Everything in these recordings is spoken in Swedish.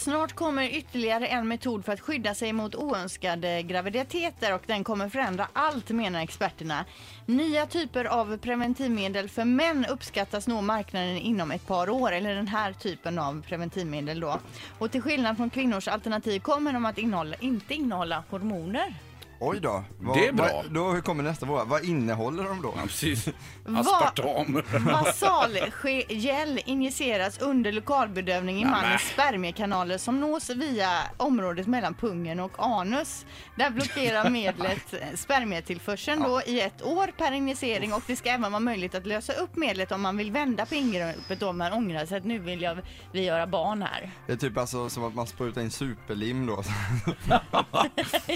Snart kommer ytterligare en metod för att skydda sig mot oönskade graviditeter och den kommer förändra allt menar experterna. Nya typer av preventivmedel för män uppskattas nå marknaden inom ett par år, eller den här typen av preventivmedel då. Och till skillnad från kvinnors alternativ kommer de att innehålla, inte innehålla hormoner. Oj då. Vad- Det är bra. Vad, då kommer nästa fråga. Vad innehåller de då? Ja, precis. Va- Aspartam. Basalgel injiceras under lokalbedövning i Nämen. mannens spermiekanaler som nås via området mellan pungen och anus. Där blockerar medlet eh, spermietillförseln då i ett år per injicering och det ska även vara möjligt att lösa upp medlet om man vill vända på ingreppet om man ångrar sig att nu vill jag, vi göra barn här. Det är typ alltså som att man sprutar in superlim då.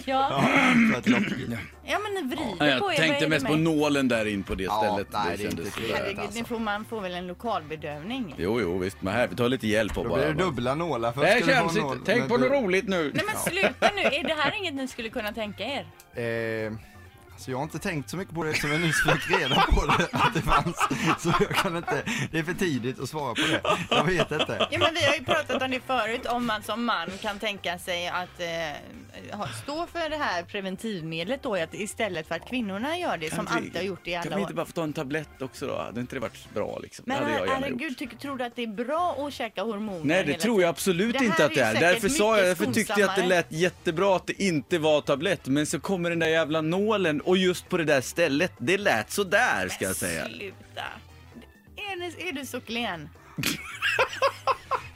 Ja. För att Ja men lock- ni Ja, vrider på jag er. vad är tänkte det mest på alltså. med? nålen där in på det Ja, stället. nej, det är kändes inte sådär. trevligt. Herregud, nu får man får väl en lokalbedövning. Jo, jo, visst. Men här, vi tar lite hjälp av Då blir det bara. dubbla nålar. Först Det här ska du få känns en nål, inte. Tänk men på du- något roligt nu. Nej men sluta nu, är det här inget ni skulle kunna tänka er? Eh, alltså jag har inte tänkt så mycket på det eftersom jag nyss fick reda på det, att det fanns. Så jag kan inte, det är för tidigt att svara på det. Jag vet inte. Ja, men vi har ju pratat om det förut, om man som man kan tänka sig att eh, ha- stå för det här preventivmedlet då, att istället för att kvinnorna gör det, som Kan vi- alltid har gjort det i Kan alla vi inte år. bara få ta en tablett också då? Hade inte det varit bra liksom? Men det hade jag gärna gjort. herregud, tycker, tror du att det är bra att käka hormoner Nej, det hela tror jag absolut Det här inte att är det ju är. säkert Därför sa jag, mycket därför tyckte jag att det skonsammare. lät jättebra att det inte var tablett. Men så kommer den där jävla nålen och just på det där stället, det lät sådär ska jag säga. Sluta! Är, ni, är du så klen?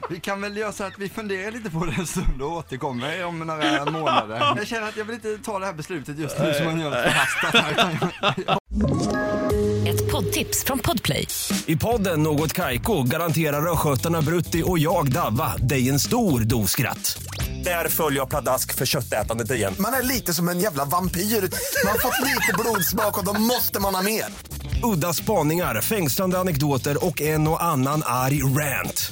Vi kan väl göra så att vi funderar lite på det en stund och återkommer om några månader. Jag känner att jag vill inte ta det här beslutet just nu som man gör det förhastat. här, utan jag- Ett poddtips från Podplay. I podden Något Kaiko garanterar östgötarna Brutti och jag, Davva, dig en stor dos skratt. Där följer jag pladask för köttätandet igen. Man är lite som en jävla vampyr. Man har fått lite blodsmak och då måste man ha mer. Udda spaningar, fängslande anekdoter och en och annan arg rant.